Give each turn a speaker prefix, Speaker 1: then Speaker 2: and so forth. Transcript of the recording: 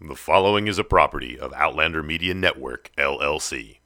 Speaker 1: The following is a property of Outlander Media Network, LLC.